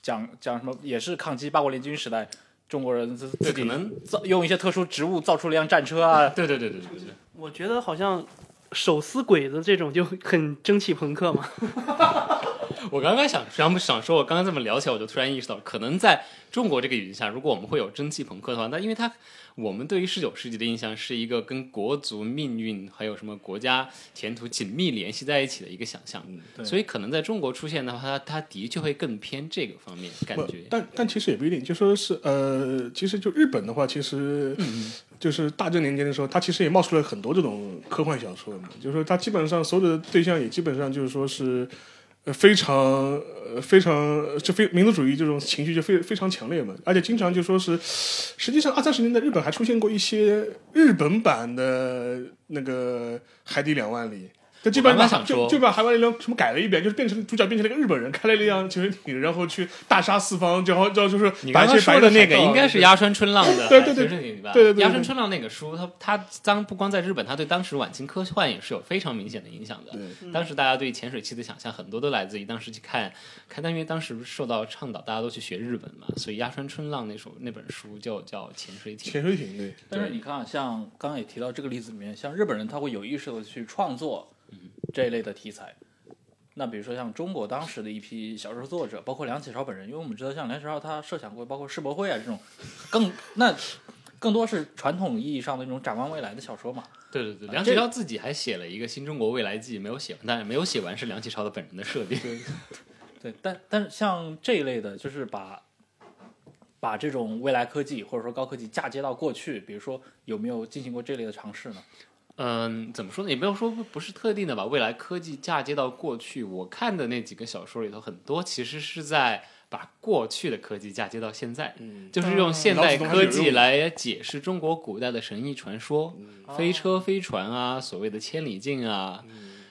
Speaker 1: 讲讲什么，也是抗击八国联军时代，中国人自
Speaker 4: 对，
Speaker 1: 自
Speaker 4: 可
Speaker 1: 己
Speaker 4: 能，
Speaker 1: 造用一些特殊植物造出了一辆战车啊，
Speaker 4: 对对对对对对对。
Speaker 5: 我觉得好像手撕鬼子这种就很蒸汽朋克嘛。
Speaker 4: 我刚刚想想想说，我刚刚这么聊起来，我就突然意识到，可能在中国这个语境下，如果我们会有蒸汽朋克的话，那因为它我们对于十九世纪的印象是一个跟国族命运还有什么国家前途紧密联系在一起的一个想象，
Speaker 1: 对
Speaker 4: 所以可能在中国出现的话，它它的确会更偏这个方面感
Speaker 3: 不
Speaker 4: 觉。
Speaker 3: 但但其实也不一定，就说是呃，其实就日本的话，其
Speaker 4: 嗯
Speaker 3: 实就是大正年间的时候，它其实也冒出了很多这种科幻小说嘛，就是说它基本上所有的对象也基本上就是说是。呃，非常呃，非常就非民族主义这种情绪就非非常强烈嘛，而且经常就说是，实际上二三十年代日本还出现过一些日本版的那个《海底两万里》，就基本
Speaker 4: 我刚刚
Speaker 3: 上
Speaker 4: 想
Speaker 3: 就
Speaker 4: 说
Speaker 3: 就把《海万里》什么改了一遍，就是变成主角变成了一个日本人，开了一辆潜水艇，然后去大杀四方，然后然后就是
Speaker 4: 你
Speaker 3: 把
Speaker 4: 刚
Speaker 3: 一
Speaker 4: 刚
Speaker 3: 些白
Speaker 4: 说的
Speaker 3: 人
Speaker 4: 那个
Speaker 3: 海盗
Speaker 4: 应该是
Speaker 3: 对
Speaker 4: 鸭川春浪的，
Speaker 3: 对对对
Speaker 4: 还是那个吧
Speaker 3: 对对对对
Speaker 4: 鸭川春浪那个书，它它当不光在日本，它对当时晚清科幻也是有非常明显的影响的。
Speaker 3: 对
Speaker 4: 当时大家对潜水器的想象很多都来自于当时去看看，但因为当时受到倡导，大家都去学日本嘛，所以鸭川春浪那首那本书就叫《潜水艇》。
Speaker 3: 潜水艇对，
Speaker 1: 但是你看啊，像刚刚也提到这个例子里面，像日本人他会有意识的去创作
Speaker 4: 嗯
Speaker 1: 这一类的题材。那比如说像中国当时的一批小说作者，包括梁启超本人，因为我们知道像梁启超他设想过包括世博会啊这种，更那更多是传统意义上的那种展望未来的小说嘛。
Speaker 4: 对对对，
Speaker 1: 啊
Speaker 4: 梁
Speaker 1: 这
Speaker 4: 启超自己还写了一个《新中国未来记》，没有写完，但是没有写完是梁启超的本人的设定。
Speaker 1: 对，但但是像这一类的，就是把把这种未来科技或者说高科技嫁接到过去，比如说有没有进行过这类的尝试呢？
Speaker 4: 嗯，怎么说呢？也没有说不不是特定的吧。未来科技嫁接到过去，我看的那几个小说里头，很多其实是在把过去的科技嫁接到现在，
Speaker 3: 嗯，
Speaker 4: 就是用现代
Speaker 3: 老祖宗
Speaker 4: 科
Speaker 3: 还是有
Speaker 4: 技
Speaker 3: 用的
Speaker 4: 来解释中国古代的神异传说，
Speaker 3: 嗯
Speaker 4: 飞车、飞船啊，所谓的千里镜啊。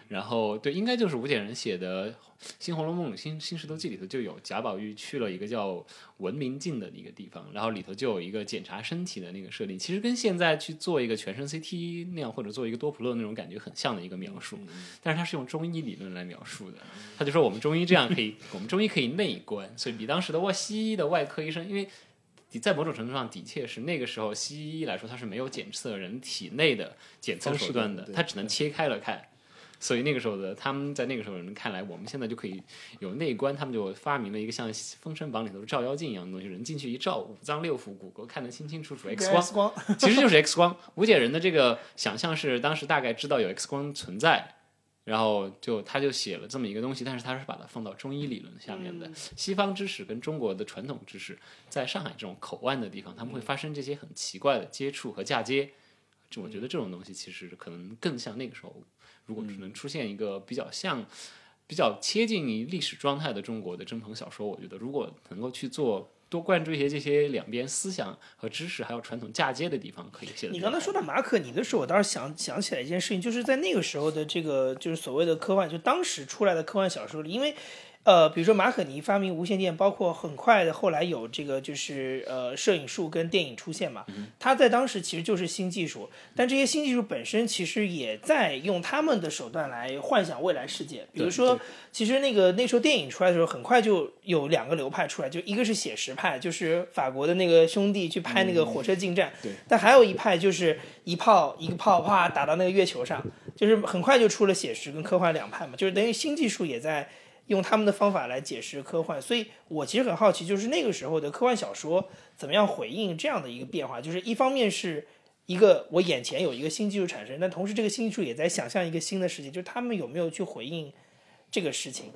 Speaker 4: 然后对，应该就是吴简人写的《新红楼梦》《新新石头记》里头就有贾宝玉去了一个叫文明镜的一个地方，然后里头就有一个检查身体的那个设定，其实跟现在去做一个全身 CT 那样，或者做一个多普勒那种感觉很像的一个描述，但是它是用中医理论来描述的。他就说我们中医这样可以，我们中医可以内观，所以比当时的外西医的外科医生，因为的在某种程度上的确是那个时候西医来说，它是没有检测人体内的检测手段的
Speaker 3: 方式的，对
Speaker 4: 它只能切开了看。所以那个时候的他们在那个时候人看来，我们现在就可以有内观，他们就发明了一个像《封神榜》里头的照妖镜一样的东西，人进去一照，五脏六腑骨骼看得清清楚楚，X 光
Speaker 2: X 光，
Speaker 4: 其实就是 X 光。吴解人的这个想象是当时大概知道有 X 光存在，然后就他就写了这么一个东西，但是他是把它放到中医理论下面的、
Speaker 2: 嗯
Speaker 4: 西方知识跟中国的传统知识，在上海这种口岸的地方，他
Speaker 2: 嗯
Speaker 4: 们会发生这些很奇怪的接触和嫁接。这我
Speaker 2: 嗯
Speaker 4: 觉得这种东西其实可能更像那个时候，如果只能出现一个比较像。比较接近于历史状态的中国的蒸腾小说，我觉得如果能够去做多关注一些这些两边思想和知识还有传统嫁接的地方，可以写得
Speaker 2: 你
Speaker 4: 比较
Speaker 2: 刚才
Speaker 4: 好
Speaker 2: 说到马可尼的时候，我倒是想想起来一件事情，就是在那个时候的这个就是所谓的科幻，就当时出来的科幻小说里，因为呃，比如说马可尼发明无线电，包括很快的后来有这个就是呃摄影术跟电影出现嘛，它在当时其实就是新技术，但这些新技术本身其实也在用他们的手段来幻想未来世界。比如说，其实那个那时候电影出来的时候，很快就有两个流派出来，就一个是写实派，就是法国的那个兄弟去拍那个火车进站，
Speaker 3: 对
Speaker 2: 但还有一派就是一炮一个炮啪打到那个月球上，就是很快就出了写实跟科幻两派嘛，就是等于新技术也在。用他们的方法来解释科幻，所以我其实很好奇，就是那个时候的科幻小说怎么样回应这样的一个变化？就是一方面是一个我眼前有一个新技术产生，但同时这个新技术也在想象一个新的世界，就是他们有没有去回应这个事情？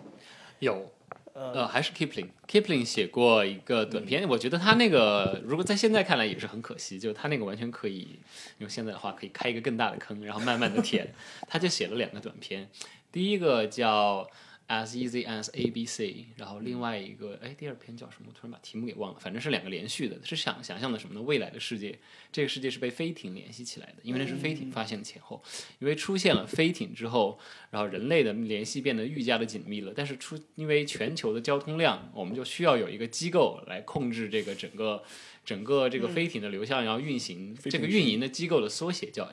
Speaker 4: 有，呃，还是 Kipling。Kipling 写过一个短篇，我觉得他那个如果在现在看来也是很可惜，就他那个完全可以用现在的话可以开一个更大的坑，然后慢慢的填。他就写了两个短篇，第一个叫 As Easy as A B C，然后另外一个哎，第二篇叫什么？我突然把题目给忘了，反正是两个连续的，是想想象的什么呢？未来的世界，这个世界是被飞艇联系起来的，因为那是飞艇发现的前后，因为出现了飞艇之后。然后人类的联系变得愈加的紧密了。但是出因为全球的交通量，我们就需要有一个机构来控制这个整个整个这个飞艇的流向，然后运行。这个运营的机构的缩写叫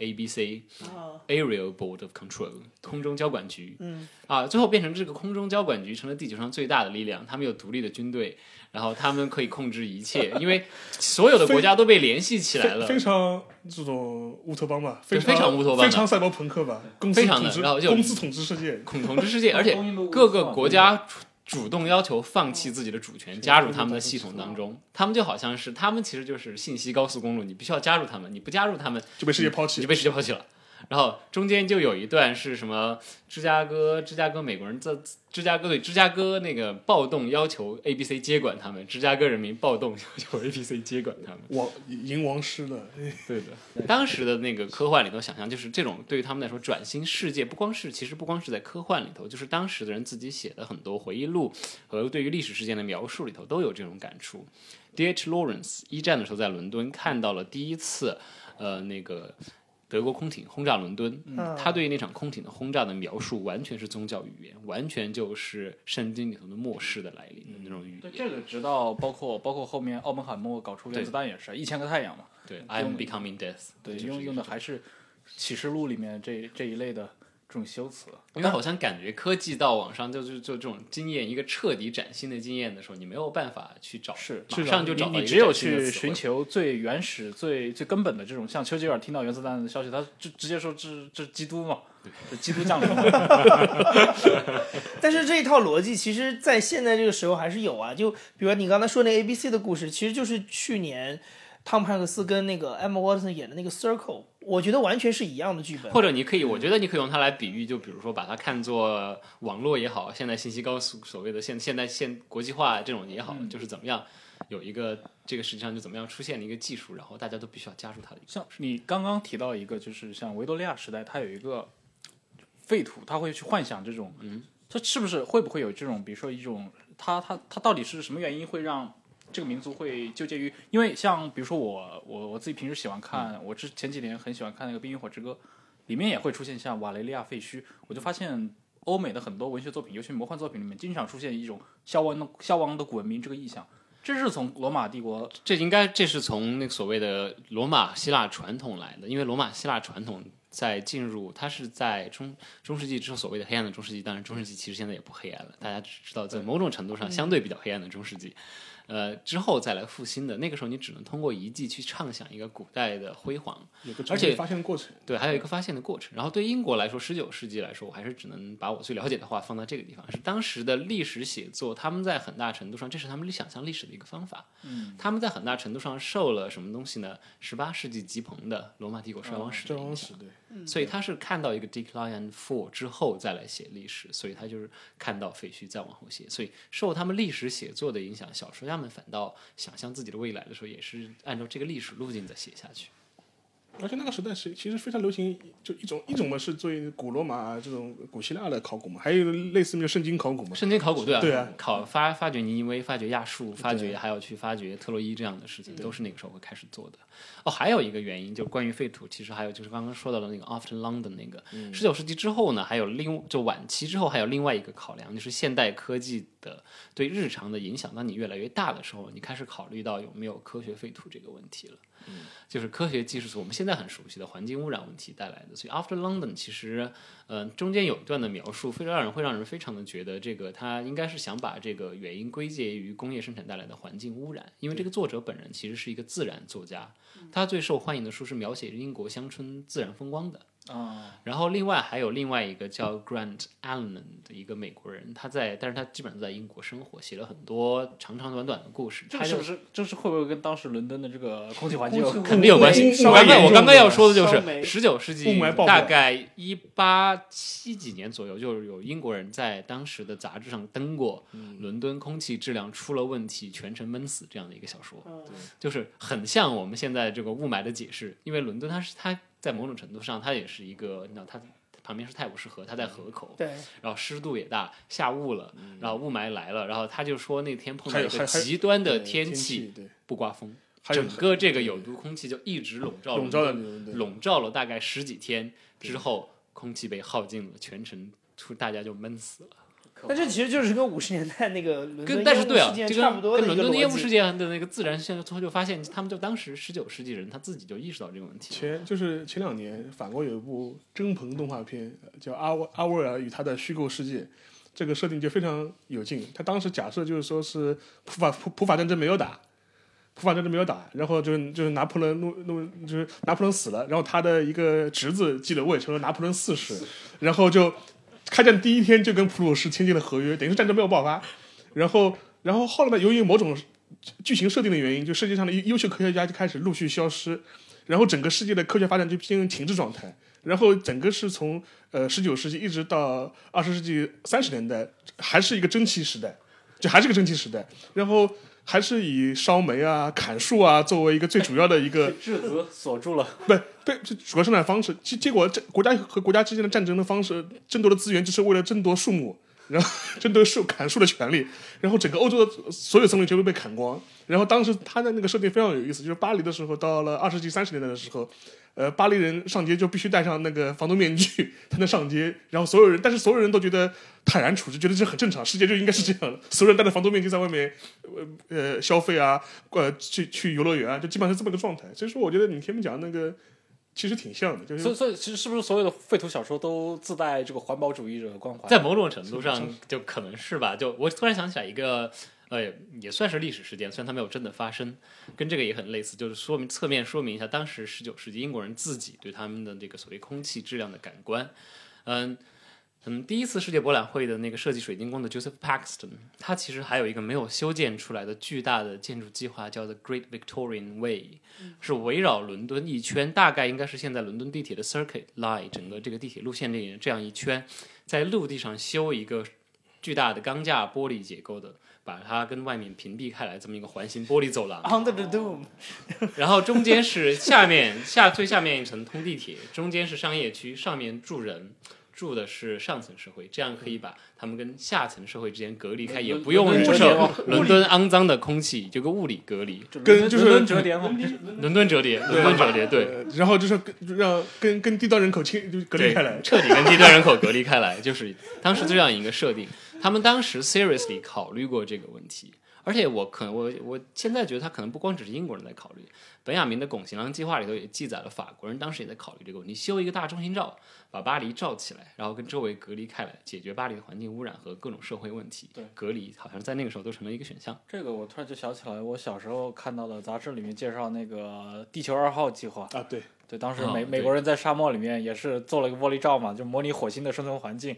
Speaker 4: ABC，Aerial Board of Control，空中交管局。嗯，啊，最后变成这个空中交管局成了地球上最大的力量，他们有独立的军队。然后他们可以控制一切，因为所有的国家都被联系起来了，
Speaker 3: 非非常这种乌托邦吧，非
Speaker 4: 非常乌托邦的
Speaker 3: 非常赛博朋克吧，公司
Speaker 4: 非常
Speaker 3: 统
Speaker 4: 的
Speaker 3: 治，
Speaker 4: 然后就
Speaker 3: 公司统治世界，
Speaker 4: 恐同之世界，而且各个国家主主动要求放弃自己的主权，加入他们的系统当中。他们就好像是，他们其实就是信息高速公路，你必须要加入他们，你不加入他们，
Speaker 3: 就被世界抛
Speaker 4: 你
Speaker 3: 弃
Speaker 4: 就。被世界抛弃了。然后中间就有一段是什么？芝加哥，芝加哥美国人在芝加哥对芝加哥那个暴动要求 A B C 接管他们，芝加哥人民暴动要求 A B C 接管他们。
Speaker 3: 王银王哎师的，
Speaker 4: 对的， *laughs* 当时的那个科幻里头想象就是这种，对于他们来说，转型世界不光是，其实不光是在科幻里头，就是当时的人自己写的很多回忆录和对于历史事件的描述里头都有这种感触。D.H. Lawrence 一战的时候在伦敦看到了第一次，呃，那个德国空艇轰炸伦敦，
Speaker 2: 嗯
Speaker 4: 他对那场空艇的轰炸的描述完全是宗教语言，完全就是圣经里头的末世的来临的那种语
Speaker 1: 对
Speaker 4: 言。
Speaker 1: 这个，直到包括包括后面奥本海默搞出原子弹也是《啊一千个太阳》嘛，
Speaker 4: 对，I am becoming death。
Speaker 1: 对，
Speaker 4: 就是
Speaker 1: 用用的还是《启示录》里面这这一类的这种修辞。啊
Speaker 4: 因为好像感觉科技到网上就是就这种经验，一个彻底崭新的经验的时候，你没有办法去找，
Speaker 1: 是
Speaker 4: 马上就
Speaker 1: 你
Speaker 4: 找到一
Speaker 1: 你
Speaker 4: 个
Speaker 1: 只有
Speaker 4: 崭新
Speaker 1: 去
Speaker 4: 的词汇
Speaker 1: 寻求最原始、最最根本的这种，像丘吉尔听到原子弹的消息，他就直接说这这基督嘛，这基督降临嘛。
Speaker 2: 但是这一套逻辑，其实在现在这个时候还是有啊。就比如说你刚才说那 A B C 的故事，其实就是去年汤姆汉克斯跟那个 Emma Watson 演的那个 Circle，我觉得完全是一样的剧本。
Speaker 4: 或者你可以，我
Speaker 1: 嗯
Speaker 4: 觉得你可以用它来比喻，就比如说把它看作网络也好，现代信息高速所谓的现现代现国际化这种也好，
Speaker 1: 嗯
Speaker 4: 就是怎么样有一个这个世界上就怎么样出现了一个技术，然后大家都必须要加入它的一个。
Speaker 1: 像你刚刚提到一个，就是像维多利亚时代，它有一个废土，它会去幻想这种，嗯，它是不是会不会有这种，比如说一种，它它它到底是什么原因会让这个民族会纠结于？因为像比如说我我我自己平时喜欢看，我之前几年很喜欢看那个《冰与火之歌》，里面也会出现像瓦雷利亚废墟，我就发现。欧美的很多文学作品，尤其魔幻作品里面，经常出现一种消亡的消亡的古文明这个意象，这是从罗马帝国
Speaker 4: 这应该这是从那个所谓的罗马希腊传统来的，因为罗马希腊传统在进入，它是在中中世纪之后所谓的黑暗的中世纪，当然中世纪其实现在也不黑暗了，大家只知道在某种程度上相对比较黑暗的中世纪，呃，之后再来复兴的，那个时候你只能通过遗迹去畅想一个古代的辉煌，
Speaker 3: 有个
Speaker 4: 而且
Speaker 3: 发现的过程，
Speaker 4: 对，还有一个发现的过程。然后对英国来说，十九世纪来说，我还是只能把我最了解的话放到这个地方，是当时的历史写作，他们在很大程度上，这是他们想象历史的一个方法。嗯，他们在很大程度上受了什么东西呢？十八世纪吉朋的罗马帝国衰亡史的
Speaker 3: 这
Speaker 4: 影
Speaker 3: 方
Speaker 4: 响。
Speaker 3: 式哦对。
Speaker 4: 所以他是看到一个 decline and fall 之后再来写历史，所以他就是看到废墟再往后写，所以受他们历史写作的影响，小说家们反倒想象自己的未来的时候，也是按照这个历史路径在写下去。
Speaker 3: 而且那个时代是其实非常流行，就一种一种嘛是最古罗马、啊、这种古希腊的考古嘛，还有类似于圣经考古嘛。
Speaker 4: 圣经考古对啊，
Speaker 3: 对啊
Speaker 4: 考发发掘尼尼微、发掘亚述、发掘还要去发掘特洛伊这样的事情，都是那个时候会开始做的。哦，还有一个原因就是关于废土，其实还有就是刚刚说到的那个 After London 那个，
Speaker 3: 嗯
Speaker 4: 十九、世纪之后呢，还有另就晚期之后还有另外一个考量，就是现代科技的对日常的影响，当你越来越大的时候，你开始考虑到有没有科学废土这个问题了。
Speaker 3: 嗯
Speaker 4: 就是科学技术是我们现在很熟悉的环境污染问题带来的。所以 After London 其实，呃，中间有一段的描述，非常让人会让人非常的觉得这个他应该是想把这个原因归结于工业生产带来的环境污染，因为这个作者本人其实是一个自然作家，
Speaker 1: 嗯
Speaker 4: 他最受欢迎的书是描写英国乡村自然风光的。
Speaker 1: 啊，
Speaker 4: 然后另外还有另外一个叫 Grant Allen 的一个美国人，他在，但是他基本上在英国生活，写了很多长长短短的故事。
Speaker 1: 这
Speaker 4: 他
Speaker 1: 个
Speaker 4: 就是
Speaker 1: 不是这是会不会跟当时伦敦的这个空气环境
Speaker 2: 空
Speaker 1: 有
Speaker 2: 气
Speaker 1: 关
Speaker 4: 肯定有关系。
Speaker 3: 雾霾
Speaker 4: 我刚才
Speaker 3: 严
Speaker 4: 我
Speaker 3: 重
Speaker 4: 刚刚要
Speaker 3: 了
Speaker 4: 说的就
Speaker 5: 烧煤
Speaker 4: 是，十九世纪
Speaker 3: 雾霾爆表
Speaker 4: 大概一八七几年左右，就是有英国人在当时的杂志上登过伦敦空气质量出了问题，全城闷死这样的一个小说。就是很像我们现在这个雾霾的解释，因为伦敦它是它在某种程度上它也是一个，你知道它旁边是泰晤士河，它在河口，
Speaker 2: 对，
Speaker 4: 然后湿度也大，下雾了，然后雾霾来了，然后他就说那天碰到
Speaker 3: 还有
Speaker 4: 一
Speaker 3: 还
Speaker 4: 个
Speaker 3: 还
Speaker 4: 极端的
Speaker 3: 对
Speaker 4: 天
Speaker 3: 气，
Speaker 4: 气，
Speaker 3: 对，
Speaker 4: 不刮风，
Speaker 3: 还有
Speaker 4: 整个这个有毒空气就一直笼罩
Speaker 3: 笼罩的
Speaker 4: 伦敦
Speaker 3: 伦敦
Speaker 4: 笼罩了大概十几天之后，空气被耗尽了，全城出大家就闷死了。
Speaker 2: 但这其实就是跟五十年代那个伦
Speaker 4: 跟
Speaker 2: 敦
Speaker 4: 但是对
Speaker 2: 烟雾事
Speaker 4: 啊，这
Speaker 2: 件
Speaker 4: 跟
Speaker 2: 差不多
Speaker 4: 跟
Speaker 2: 的一
Speaker 4: 伦
Speaker 2: 个
Speaker 4: 敦的烟雾
Speaker 2: 逻
Speaker 4: 事
Speaker 2: 辑。
Speaker 4: 件的那个自然现象，最后就发现他们就当时十九世纪人他自己就意识到这个问题了。
Speaker 3: 前就是前两年，法国有一部真朋动画片，呃叫《阿沃阿沃尔与他的虚构世界》，这个设定就非常有劲。他当时假设就是说是普法普普法战争没有打，普法战争没有打，然后就是就是拿破仑怒怒就是拿破仑死了，然后他的一个侄子继了位，成了拿破仑四世，然后就开战第一天就跟普鲁士签订了合约，等于是战争没有爆发。然后然后后来呢，由于某种剧情设定的原因，就世界上的优优秀科学家就开始陆续消失。然后整个世界的科学发展就进入停滞状态，然后整个是从呃十九世纪一直到二十世纪三十年代，还是一个蒸汽时代，就还是个蒸汽时代，然后还是以烧煤啊、砍树啊作为一个最主要的一个
Speaker 1: 质 *laughs* 子锁住了，
Speaker 3: 不对，这主要生产方式。结结果这国家和国家之间的战争的方式，争夺的资源只是为了争夺树木，然后争夺树砍树的权利，然后整个欧洲的所有森林全部被砍光。然后当时他的那个设定非常有意思，就是巴黎的时候，到了二十世纪三十年代的时候，呃，巴黎人上街就必须戴上那个防毒面具才能上街，然后所有人，但是所有人都觉得坦然处之，觉得这很正常，世界就应该是这样的，所有人戴着防毒面具在外面，呃呃消费啊，呃去去游乐园啊，就基本上是这么个状态。所以说，我觉得你前面讲那个其实挺像的，就是
Speaker 1: 所以所以其实是不是所有的废土小说都自带这个环保主义者的光环？
Speaker 4: 在某种程度上，就可能是吧。就我突然想起来一个，呃，也算是历史事件，虽然它没有真的发生，跟这个也很类似，就是说明侧面说明一下当时十九世纪英国人自己对他们的这个所谓空气质量的感官。嗯嗯，第一次世界博览会的那个设计水晶宫的 Joseph Paxton，他其实还有一个没有修建出来的巨大的建筑计划，叫 The Great Victorian Way，是围绕伦敦一圈，大概应该是现在伦敦地铁的 Circuit Line 整个这个地铁路线这这样一圈。在陆地上修一个巨大的钢架玻璃结构的，把它跟外面屏蔽开来这么一个环形玻璃走廊，
Speaker 2: Under the Dome，
Speaker 4: 然后中间是下面 *laughs* 下最下面一层通地铁，中间是商业区，上面住人。住的是上层社会，这样可以把他们跟下层社会之间隔离开，也不用忍受伦敦肮脏的空气，就跟物理隔离。
Speaker 3: 跟就是
Speaker 1: 伦敦折叠嘛，
Speaker 4: 伦敦折叠，伦敦折叠，对，
Speaker 3: 呃然后就是跟让跟跟地道人口清就隔离
Speaker 4: 对
Speaker 3: 开来，
Speaker 4: *laughs* 彻底跟低端人口隔离开来，就是当时这样一个设定。他们当时 seriously 考虑过这个问题，而且我可能我我现在觉得他可能不光只是英国人在考虑，本雅明的拱形廊计划里头也记载了法国人当时也在考虑这个问题，修一个大中心罩，把巴黎罩起来，然后跟周围隔离开来，解决巴黎的环境污染和各种社会问题。
Speaker 1: 对，
Speaker 4: 隔离好像在那个时候都成了一个选项。
Speaker 1: *laughs* 这个我突然就想起来，我小时候看到的杂志里面介绍那个地球二号计划，
Speaker 3: 啊，对，
Speaker 1: 对，当时
Speaker 4: 啊
Speaker 1: 美、
Speaker 4: 对
Speaker 1: 美国人在沙漠里面也是做了一个玻璃罩嘛，就模拟火星的生存环境。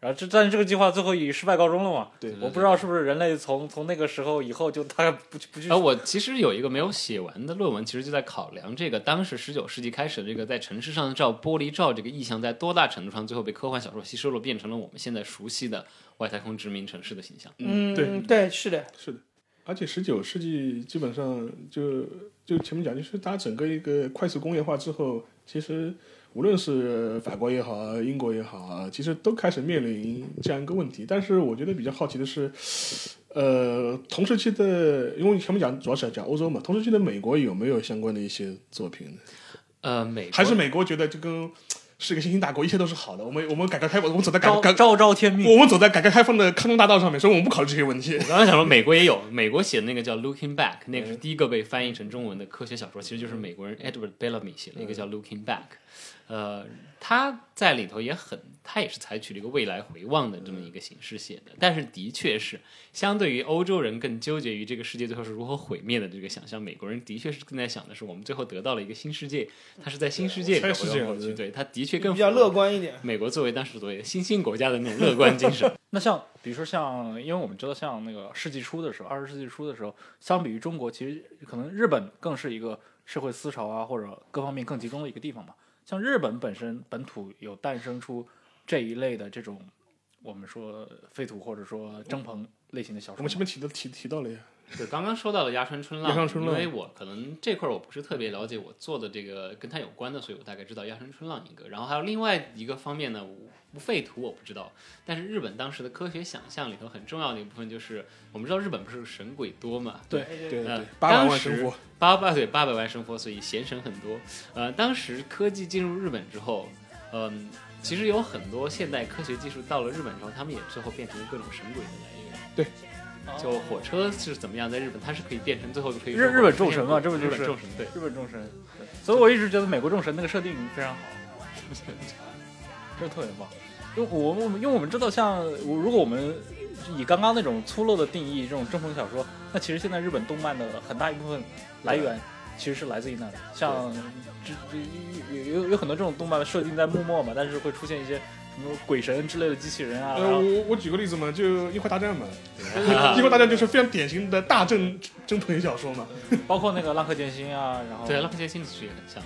Speaker 1: 然后这但是这个计划最后以失败告终了嘛？
Speaker 3: 对
Speaker 1: 我不知道是不是人类从从那个时候以后就大概不去不去
Speaker 4: 而哎呃我其实有一个没有写完的论文，其实就在考量这个当时十九世纪开始的这个在城市上照玻璃罩这个意象，在多大程度上最后被科幻小说吸收了，变成了我们现在熟悉的外太空殖民城市的形象。
Speaker 2: 嗯，
Speaker 3: 对
Speaker 2: 对，是的，
Speaker 3: 是的。而且十九世纪基本上就就前面讲，就是它整个一个快速工业化之后，其实无论是法国也好，英国也好，其实都开始面临这样一个问题。但是我觉得比较好奇的是，呃，同时期的，因为前面讲主要是讲欧洲嘛，同时期的美国有没有相关的一些作品呢？
Speaker 4: 呃，美国
Speaker 3: 还是美国觉得这跟是个新兴大国，一切都是好的，我们我们改革开放，我们走在改
Speaker 1: 昭
Speaker 3: 改
Speaker 1: 昭昭天命。
Speaker 3: 我们走在改革开放的康庄大道上面，所以我们不考虑这些问题
Speaker 4: 我。刚刚想说，美国也有，美国写的那个叫《Looking Back》，那个
Speaker 3: 嗯
Speaker 4: 是第一个被翻译成中文的科学小说，其实就是美国人 Edward Bellamy 写了一个
Speaker 3: 嗯
Speaker 4: 叫《Looking Back》。呃，他在里头也很，他也是采取了一个未来回望的这么一
Speaker 3: 嗯
Speaker 4: 个形式写的，但是的确是相对于欧洲人更纠结于这个世界最后是如何毁灭的这个想象，美国人的确是更在想的是我们最后得到了一个新世界，他是在新世界里
Speaker 3: 对我
Speaker 4: 头
Speaker 3: 猜是这样
Speaker 4: 回去，
Speaker 3: 的
Speaker 4: 对，他的确更
Speaker 2: 比较乐
Speaker 4: 观。
Speaker 2: 观一点。
Speaker 4: 美国作为当时作为新兴国家的那种乐观精神，
Speaker 1: 那像比如说像，因为我们知道像那个世纪初的时候，二十世纪初的时候，相比于中国，其实可能日本更是一个社会思潮啊或者各方面更集中的一个地方嘛。像日本本身本土有诞生出这一类的这种我们说废土或者说蒸鹏类型的小
Speaker 3: 嗯我
Speaker 1: 说
Speaker 3: 们
Speaker 1: 嘛
Speaker 3: 前，面提到提提到了呀，
Speaker 4: 对，刚刚说到了鸭川春浪，
Speaker 3: 鸭川春浪
Speaker 4: 因为我可能这块儿我不是特别了解，我做的这个跟它有关的，所以我大概知道鸭川春浪一个。然后还有另外一个方面呢，无废土我不知道，但是日本当时的科学想象里头很重要的一部分就是，我们知道日本不是神鬼多嘛，
Speaker 1: 对
Speaker 3: 对
Speaker 4: 呃
Speaker 3: 对，八百
Speaker 4: 当
Speaker 3: 万
Speaker 4: 时
Speaker 3: 神佛，
Speaker 4: 八百对八百万生活，所以闲神很多。呃，当时科技进入日本之后，嗯、其实有很多现代科学技术到了日本之后，他们也最后变成了各种神鬼的来源。
Speaker 3: 对，
Speaker 4: 就火车是怎么样，在日本它是可以变成最后就可以
Speaker 1: 日日本众神嘛这不
Speaker 4: 日
Speaker 1: 就是
Speaker 4: 本众神
Speaker 1: *laughs*
Speaker 4: 对。
Speaker 1: 日本众神，对所以我一直觉得美国众神那个设定非常好，真的特别棒。因为我们因为我们知道像，我如果我们以刚刚那种粗陋的定义，这种正统小说，那其实现在日本动漫的很大一部分来源其实是来自于那里。像这这有有有很多这种动漫设定在幕末嘛，但是会出现一些什么鬼神之类的机器人啊，
Speaker 3: 呃，
Speaker 1: 然后
Speaker 3: 我我举个例子嘛，就《樱花大战》嘛，
Speaker 4: 啊
Speaker 3: 《樱花大战》就是非常典型的大正正统小说嘛。
Speaker 1: 包括那个浪客剑心啊，然后
Speaker 4: 对，浪客剑心其实也很像，